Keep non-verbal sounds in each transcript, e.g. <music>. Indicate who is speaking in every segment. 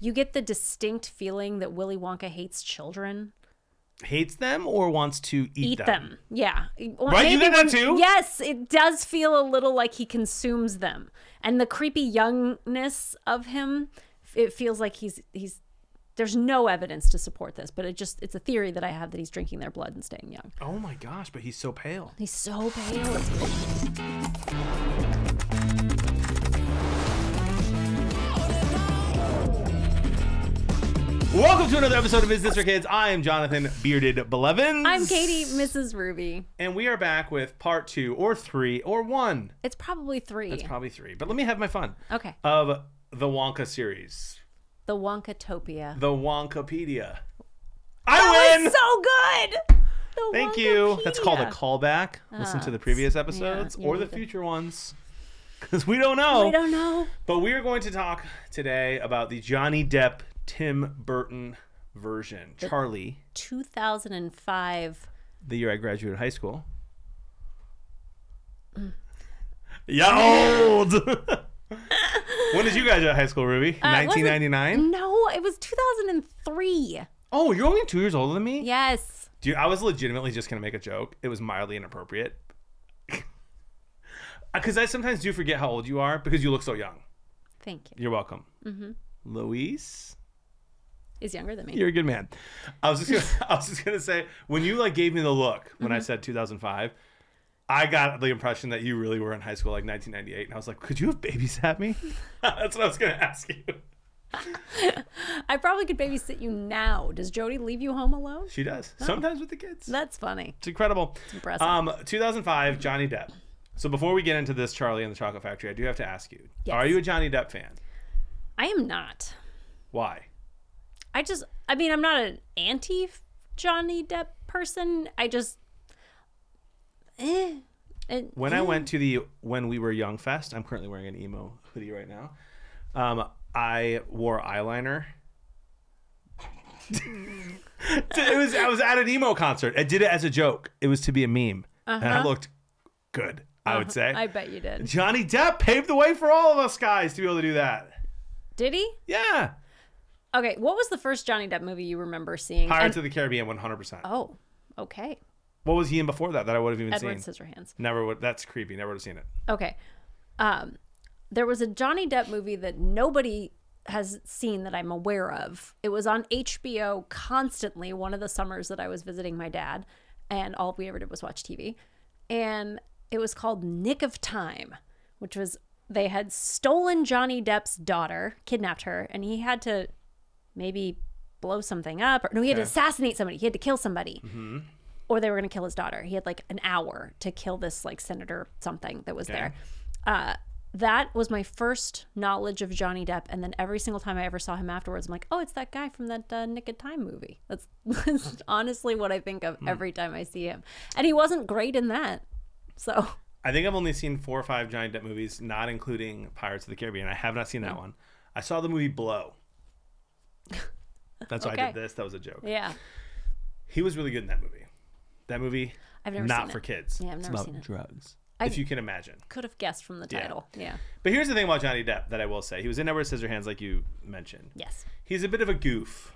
Speaker 1: you get the distinct feeling that Willy Wonka hates children.
Speaker 2: Hates them or wants to eat,
Speaker 1: Eat them. Yeah. Or
Speaker 2: Right? You
Speaker 1: maybe
Speaker 2: did that
Speaker 1: when-
Speaker 2: too?
Speaker 1: Yes, it does feel a little like he consumes them. And the creepy youngness of him, it feels like he's he's there's no evidence to support this, but it just it's a theory that I have that he's drinking their blood and staying young.
Speaker 2: Oh my gosh, but he's so pale.
Speaker 1: He's so pale.
Speaker 2: Welcome to another episode of Is This for Kids? I am Jonathan Bearded Belevins.
Speaker 1: I'm Katie, Mrs. Ruby.
Speaker 2: And we are back with part two or three or one.
Speaker 1: It's probably three.
Speaker 2: It's probably three, but let me have my fun.
Speaker 1: okay.
Speaker 2: Of the Wonka series,
Speaker 1: The Wonkatopia.
Speaker 2: the Wonkapedia.
Speaker 1: That
Speaker 2: I win!
Speaker 1: was so good. The
Speaker 2: Thank you. That's called a
Speaker 1: Oh, Wonkapedia. Ah,
Speaker 2: callback. Listen to the previous episodes
Speaker 1: you
Speaker 2: or the
Speaker 1: need to-
Speaker 2: future ones <laughs> because we don't know.
Speaker 1: I don't know.
Speaker 2: But we are going to talk today about the Johnny Depp Tim Burton version. Charlie,
Speaker 1: 2005.
Speaker 2: the year I graduated high school. Yeah, Mm. old. <laughs> when did you graduate high school, Ruby?
Speaker 1: it Uh, wasn't-
Speaker 2: 1999.
Speaker 1: No, it was 2003.
Speaker 2: Oh, you're only two years older than me.
Speaker 1: Yes.
Speaker 2: Dude, I was legitimately just gonna make a joke. It was mildly inappropriate. <laughs> Because I sometimes do forget how old you are because you look so young.
Speaker 1: Thank you.
Speaker 2: You're welcome. Luis,
Speaker 1: Is younger than me.
Speaker 2: you're a good man. I was just gonna, <laughs> I was just gonna say when you like gave me the look when
Speaker 1: Mm-hmm.
Speaker 2: I said 2005, I got the impression that you really were in high school like 1998, and I was like, could you have
Speaker 1: <laughs>
Speaker 2: babysat me? <laughs> That's what I was gonna ask you.
Speaker 1: I probably could babysit you now. Does Jody leave you home alone?
Speaker 2: She does sometimes with the kids.
Speaker 1: That's funny.
Speaker 2: It's incredible.
Speaker 1: impressive.
Speaker 2: Um, 2005, Johnny Depp. So before we get into this, Charlie and the Chocolate Factory, I do have to ask you:
Speaker 1: Yes.
Speaker 2: Are you a Johnny Depp fan?
Speaker 1: I am not.
Speaker 2: Why?
Speaker 1: I just, I mean, I'm not an anti Johnny Depp person. I just, eh. And
Speaker 2: When I
Speaker 1: Oh.
Speaker 2: went to the When We Were Young Fest, I'm currently wearing an emo hoodie right now. Um, I wore eyeliner. <laughs> it was I was at an emo concert. I did it as a joke. It was to be a meme, and I looked good. I would say
Speaker 1: Uh-huh. I bet you did.
Speaker 2: Johnny Depp paved the way for all of us guys to be able to do that.
Speaker 1: Did he?
Speaker 2: Yeah,
Speaker 1: Okay. What was the first Johnny Depp movie you remember seeing?
Speaker 2: Pirates of the Caribbean, 100. percent
Speaker 1: And- oh, okay.
Speaker 2: What was he in before that that I would have even
Speaker 1: Edward
Speaker 2: seen?
Speaker 1: Scissorhands.
Speaker 2: Never would. That's creepy. Never would have seen it.
Speaker 1: Okay. Um, there was a Johnny Depp movie that nobody has seen that I'm aware of. It was on HBO constantly one of the summers that I was visiting my dad, and all we ever did was watch TV. And it was called Nick of Time, which was they had stolen Johnny Depp's daughter, kidnapped her, and he had to maybe blow something up or no, he had to assassinate somebody, he had to kill somebody or they were going to kill his daughter. He had like an hour to kill this like senator something that was there. Uh, that was my first knowledge of Johnny Depp, and then every single time I ever saw him afterwards, I'm like, oh, it's that guy from that uh, Nick of Time movie. That's, <laughs> that's honestly what I think of
Speaker 2: Hmm.
Speaker 1: every time I see him, and he wasn't great in that. So
Speaker 2: I think I've only seen four or five Johnny Depp movies, not including Pirates of the Caribbean. I have not seen that
Speaker 1: Hmm.
Speaker 2: one. I saw the movie Blow. That's why I
Speaker 1: Okay.
Speaker 2: did this. That was a joke.
Speaker 1: yeah,
Speaker 2: He was really good in that movie. That movie,
Speaker 1: I've never
Speaker 2: not
Speaker 1: seen
Speaker 2: for
Speaker 1: it.
Speaker 2: kids.
Speaker 1: Yeah, I've never seen it.
Speaker 2: drugs.
Speaker 1: I-
Speaker 2: If you can imagine.
Speaker 1: Could have guessed from the title. Yeah.
Speaker 2: But here's the thing about Johnny Depp that I will say. He was in Edward Scissorhands, like you mentioned.
Speaker 1: Yes.
Speaker 2: He's a bit of a goof.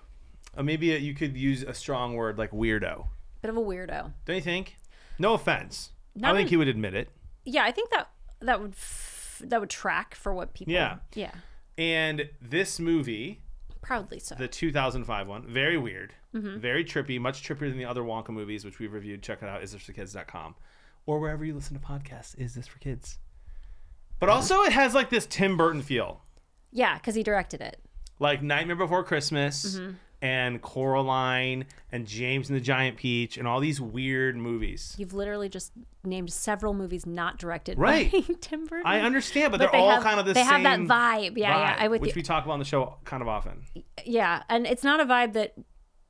Speaker 2: Or maybe you could use a strong word like weirdo.
Speaker 1: Bit of a weirdo.
Speaker 2: Don't you think? No offense. I
Speaker 1: Not
Speaker 2: don't think
Speaker 1: an-
Speaker 2: he would admit it.
Speaker 1: Yeah, I think that that would f- that would track for what people.
Speaker 2: Yeah.
Speaker 1: Yeah.
Speaker 2: And this movie,
Speaker 1: Proudly so.
Speaker 2: the 2005 one, very weird,
Speaker 1: Mm-hmm.
Speaker 2: very trippy, much trippier than the other Wonka movies, which we've reviewed. Check it out, isthisforkids.com or wherever you listen to podcasts. Is this for kids? But
Speaker 1: Mm-hmm.
Speaker 2: also, it has like this Tim Burton feel,
Speaker 1: yeah, because he directed it.
Speaker 2: like Nightmare Before Christmas
Speaker 1: Mm-hmm.
Speaker 2: and Coraline and James and the Giant Peach and all these weird movies.
Speaker 1: You've literally just named several movies not directed by <laughs>
Speaker 2: Right.
Speaker 1: Tim Burton.
Speaker 2: I understand, but,
Speaker 1: But
Speaker 2: they're
Speaker 1: they
Speaker 2: all
Speaker 1: have-
Speaker 2: kind of the
Speaker 1: they have
Speaker 2: same.
Speaker 1: that vibe. Yeah, yeah,
Speaker 2: vibe,
Speaker 1: I'm with
Speaker 2: which
Speaker 1: you.
Speaker 2: we talk about on the show kind of often.
Speaker 1: Yeah, and it's not a vibe that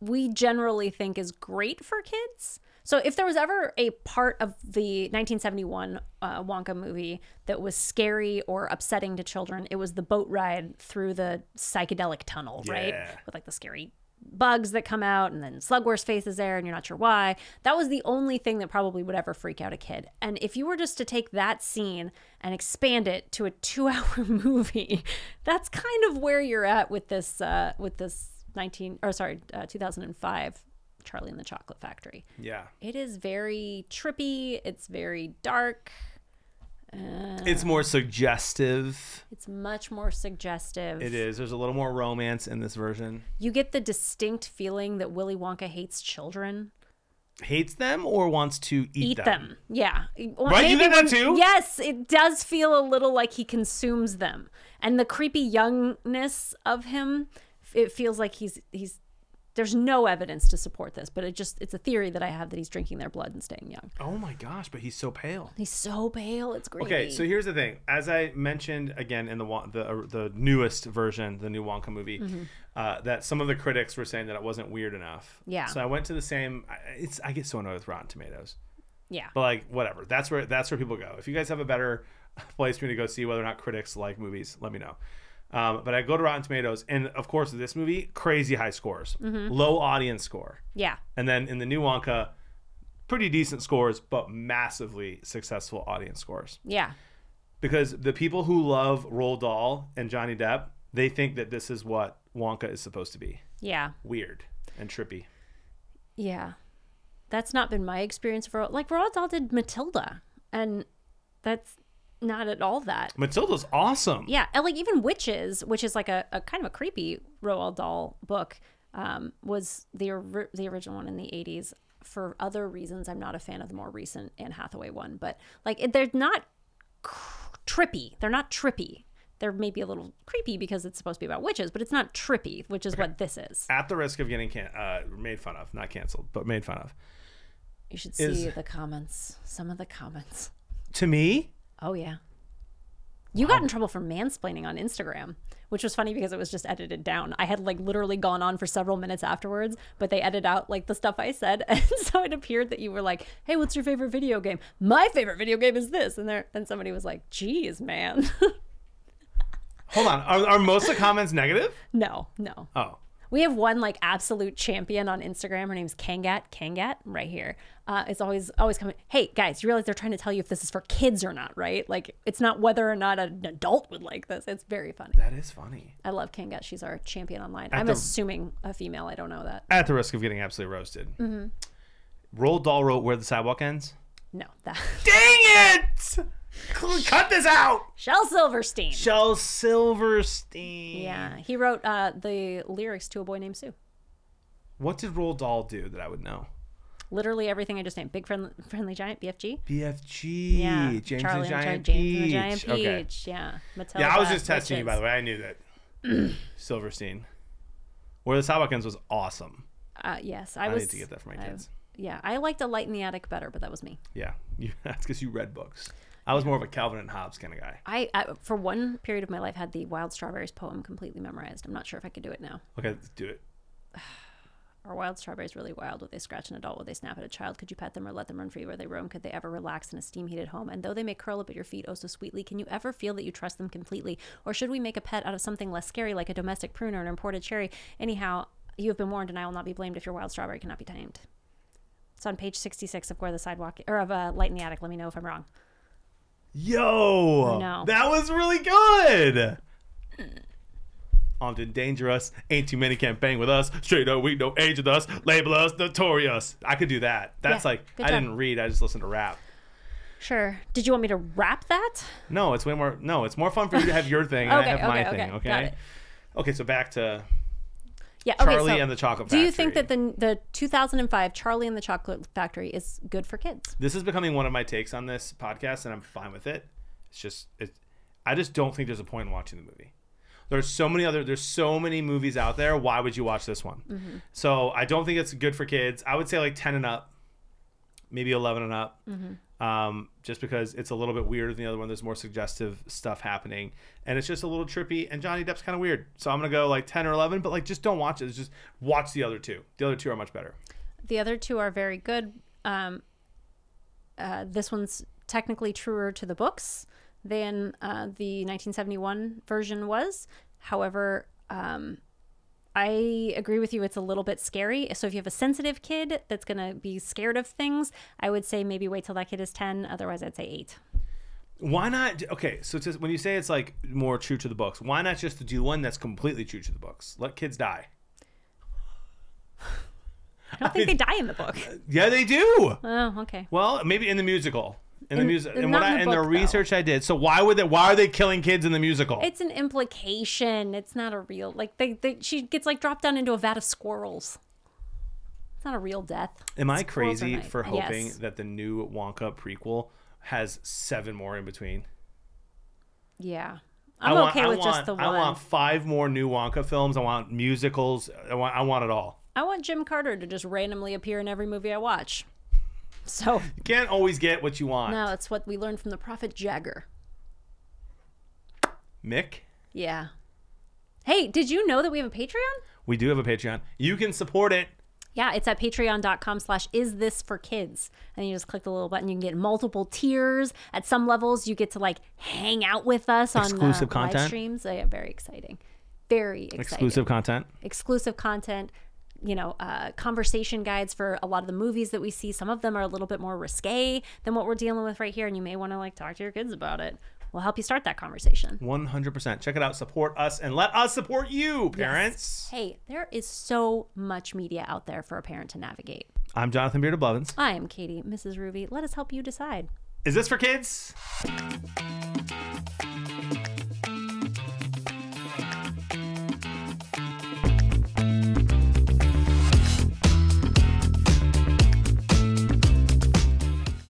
Speaker 1: we generally think is great for kids. So if there was ever a part of the 1971 uh, Wonka movie that was scary or upsetting to children, it was the boat ride through the psychedelic tunnel, right?
Speaker 2: Yeah.
Speaker 1: With like the scary bugs that come out and then Slugworth's face is there and you're not sure why. That was the only thing that probably would ever freak out a kid. And if you were just to take that scene and expand it to a <laughs> 2-hour movie, that's kind of where you're at with this uh with this 19 or sorry, uh, 2005 Charlie and the Chocolate Factory.
Speaker 2: Yeah.
Speaker 1: It is very trippy, it's very dark.
Speaker 2: It's more suggestive.
Speaker 1: It's much more suggestive.
Speaker 2: It is. There's a little more romance in this version.
Speaker 1: You get the distinct feeling that Willy Wonka hates children.
Speaker 2: Hates them or wants to eat,
Speaker 1: Eat them. Yeah. Or
Speaker 2: Right, you
Speaker 1: maybe
Speaker 2: did that
Speaker 1: when-
Speaker 2: too?
Speaker 1: Yes, it does feel a little like he consumes them. And the creepy youngness of him, it feels like he's he's there's no evidence to support this, but it just it's a theory that I have that he's drinking their blood and staying young.
Speaker 2: Oh my gosh, but he's so pale.
Speaker 1: He's so pale, it's great.
Speaker 2: Okay, so here's the thing. As I mentioned again in the Won- the uh, the newest version, the new Wonka movie,
Speaker 1: Mm-hmm.
Speaker 2: uh, that some of the critics were saying that it wasn't weird enough.
Speaker 1: Yeah.
Speaker 2: So I went to the same. I- It's I get so annoyed with Rotten Tomatoes,
Speaker 1: yeah.
Speaker 2: but like whatever. That's where that's where people go. If you guys have a better <laughs> place for me to go see whether or not critics like movies, let me know. Um, but I go to Rotten Tomatoes, and of course, this movie crazy high scores,
Speaker 1: Mm-hmm.
Speaker 2: low audience score.
Speaker 1: Yeah.
Speaker 2: And then in the new Wonka, pretty decent scores, but massively successful audience scores.
Speaker 1: Yeah.
Speaker 2: Because the people who love Roald Dahl and Johnny Depp, they think that this is what Wonka is supposed to be
Speaker 1: Yeah.
Speaker 2: weird and trippy.
Speaker 1: Yeah. That's not been my experience for like Roald Dahl did Matilda and that's not at all that.
Speaker 2: Matilda's awesome.
Speaker 1: Yeah, and like even Witches, which is like a, a kind of a creepy Roald Dahl book, um, was the or- the original one in the 80s for other reasons. I'm not a fan of the more recent Anne Hathaway one, but like it- they're not cr- trippy. They're not trippy. They're maybe a little creepy because it's supposed to be about witches, but it's not trippy, which is what this is.
Speaker 2: At the risk of getting can- uh, made fun of, not canceled, but made fun of.
Speaker 1: You should see
Speaker 2: Is-
Speaker 1: the comments, some of the comments.
Speaker 2: To me,
Speaker 1: Oh yeah. You got in trouble for mansplaining on Instagram, which was funny because it was just edited down. I had like literally gone on for several minutes afterwards, but they edited out like the stuff I said, <laughs> and so it appeared that you were like, "Hey, what's your favorite video game?" My favorite video game is this, and there, and somebody was like, "Geez, man, <laughs>
Speaker 2: hold on. Are, are most of the comments negative?
Speaker 1: no, no."
Speaker 2: Oh,
Speaker 1: We have one like absolute champion on Instagram. Her name's Kangat. Kangat, right here. Uh, it's always always coming. Hey guys, you realize they're trying to tell you if this is for kids or not, right? Like it's not whether or not an adult would like this. It's very funny.
Speaker 2: that is funny.
Speaker 1: I love Kangat. She's our champion online. I'm
Speaker 2: the-
Speaker 1: assuming a female. I don't know that.
Speaker 2: At the risk of getting absolutely roasted. Roald Dahl wrote Where the Sidewalk Ends.
Speaker 1: No, that <laughs>
Speaker 2: Dang it! Cut this out!
Speaker 1: Shel Silverstein.
Speaker 2: Shel Silverstein.
Speaker 1: yeah, he wrote uh, the lyrics to A Boy Named Sue.
Speaker 2: What did Roald Dahl do that I would know?
Speaker 1: Literally everything I just named. Big friend, friendly giant, BFG.
Speaker 2: BFG.
Speaker 1: Yeah,
Speaker 2: James
Speaker 1: Charlie
Speaker 2: and the Giant
Speaker 1: Giant-
Speaker 2: Peach.
Speaker 1: James and the Giant Peach.
Speaker 2: Okay.
Speaker 1: Yeah, Matilda.
Speaker 2: Yeah, I was just testing you, by
Speaker 1: Witches.
Speaker 2: the way. I knew that.
Speaker 1: <clears throat>
Speaker 2: Silverstein. Where the Sidewalk Ends was awesome.
Speaker 1: Uh, yes, I,
Speaker 2: I
Speaker 1: was.
Speaker 2: need to get that for my
Speaker 1: I-
Speaker 2: kids.
Speaker 1: yeah, I liked a light in the attic better, but that was me.
Speaker 2: Yeah. <laughs> You, that's because you read books. I was more of a Calvin and Hobbes kind of guy.
Speaker 1: I, I for one period of my life had the Wild Strawberries poem completely memorized. I'm not sure if I could do it now.
Speaker 2: Okay, let's do it.
Speaker 1: Are wild strawberries really wild? Would they scratch an adult? Would they snap at a child? Could you pet them or let them run free where they roam? Could they ever relax in a steam heated home? And though they may curl up at your feet oh so sweetly, can you ever feel that you trust them completely? Or should we make a pet out of something less scary like a domestic prune or an imported cherry? Anyhow, you have been warned, and I will not be blamed if your wild strawberry cannot be tamed. It's on page 66 of Where the Sidewalk, or of uh, Light in the Attic. Let me know if I'm wrong.
Speaker 2: Yo!
Speaker 1: know.
Speaker 2: That was really good! Mm. Often dangerous, ain't too many can't bang with us. Straight up, we no age with us. Label us notorious. I could do that. That's
Speaker 1: Yeah,
Speaker 2: like
Speaker 1: good
Speaker 2: I
Speaker 1: job.
Speaker 2: didn't read. I just listened to rap.
Speaker 1: Sure. Did you want me to wrap that?
Speaker 2: No, it's way more. No, it's more fun for you to have your thing and
Speaker 1: Okay,
Speaker 2: I have my
Speaker 1: okay,
Speaker 2: thing.
Speaker 1: okay.
Speaker 2: Okay.
Speaker 1: Got it.
Speaker 2: Okay, so back to
Speaker 1: Yeah.
Speaker 2: Charlie
Speaker 1: okay, so
Speaker 2: and the Chocolate
Speaker 1: do
Speaker 2: Factory.
Speaker 1: you think that the, the 2005 Charlie and the Chocolate Factory is good for kids?
Speaker 2: this is becoming one of my takes on this podcast, and I'm fine with it. It's just, it, I just don't think there's a point in watching the movie. There's so many other, there's so many movies out there. Why would you watch this one? So I don't think it's good for kids. I would say like 10 and up, maybe 11 and up. Um, just because it's a little bit weirder than the other one. There's more suggestive stuff happening, and it's just a little trippy. And Johnny Depp's kind of weird, so I'm gonna go like 10 or 11. But like, just don't watch it. It's just watch the other two. The other two are much better.
Speaker 1: The other two are very good. Um, uh, this one's technically truer to the books than uh, the 1971 version was. However, um, I agree with you. It's a little bit scary. So if you have a sensitive kid that's going to be scared of things, I would say maybe wait till that kid is 10. Otherwise, I'd say eight.
Speaker 2: Why not? Okay, so it's just, when you say it's like more true to the books, why not just do one that's completely true to the books? Let kids die.
Speaker 1: I don't think they die in the book.
Speaker 2: Yeah, they do.
Speaker 1: Oh, okay.
Speaker 2: Well, maybe in the musical. In, the
Speaker 1: In-
Speaker 2: music, and
Speaker 1: not
Speaker 2: what
Speaker 1: in
Speaker 2: I,
Speaker 1: the
Speaker 2: in the
Speaker 1: book, though.
Speaker 2: research I did. So why would they? Why are they killing kids in the musical?
Speaker 1: It's an implication. It's not a real like they, they she gets like dropped down into a vat of squirrels. It's not a real death.
Speaker 2: Am I
Speaker 1: Squirrels are
Speaker 2: crazy
Speaker 1: nice.
Speaker 2: for hoping
Speaker 1: Yes.
Speaker 2: that the new Wonka prequel has seven more in between?
Speaker 1: Yeah.
Speaker 2: I
Speaker 1: I'm
Speaker 2: want-
Speaker 1: okay
Speaker 2: I
Speaker 1: with just
Speaker 2: want-
Speaker 1: the one.
Speaker 2: I want five more new Wonka films. I want musicals. I want. I want it all.
Speaker 1: Jim Carter to just randomly appear in every movie I watch.
Speaker 2: <laughs>
Speaker 1: So
Speaker 2: You can't always get what you want.
Speaker 1: no, it's what we learned from the prophet Jagger.
Speaker 2: Mick,
Speaker 1: Yeah. Hey, did you know that we have a Patreon?
Speaker 2: we do have a Patreon. You can support it.
Speaker 1: Yeah, it's at patreon.com slash is this for kids. And you just click the little button. You can get multiple tiers. At some levels, you get to like hang out with us on uh,
Speaker 2: Exclusive
Speaker 1: live
Speaker 2: content?
Speaker 1: streams. Yeah, very exciting. Very exciting.
Speaker 2: Exclusive content.
Speaker 1: Exclusive content. You know, uh, conversation guides for a lot of the movies that we see. Some of them are a little bit more risque than what we're dealing with right here. And you may want to like talk to your kids about it. We'll help you start that conversation.
Speaker 2: One hundred percent. Check it out. Support us and let us support you, parents.
Speaker 1: Hey, there is so much media out there for a parent to navigate.
Speaker 2: I'm Jonathan Beard of Blevins.
Speaker 1: I am Katie, Mrs. Ruby. Let us help you decide.
Speaker 2: Is this for kids?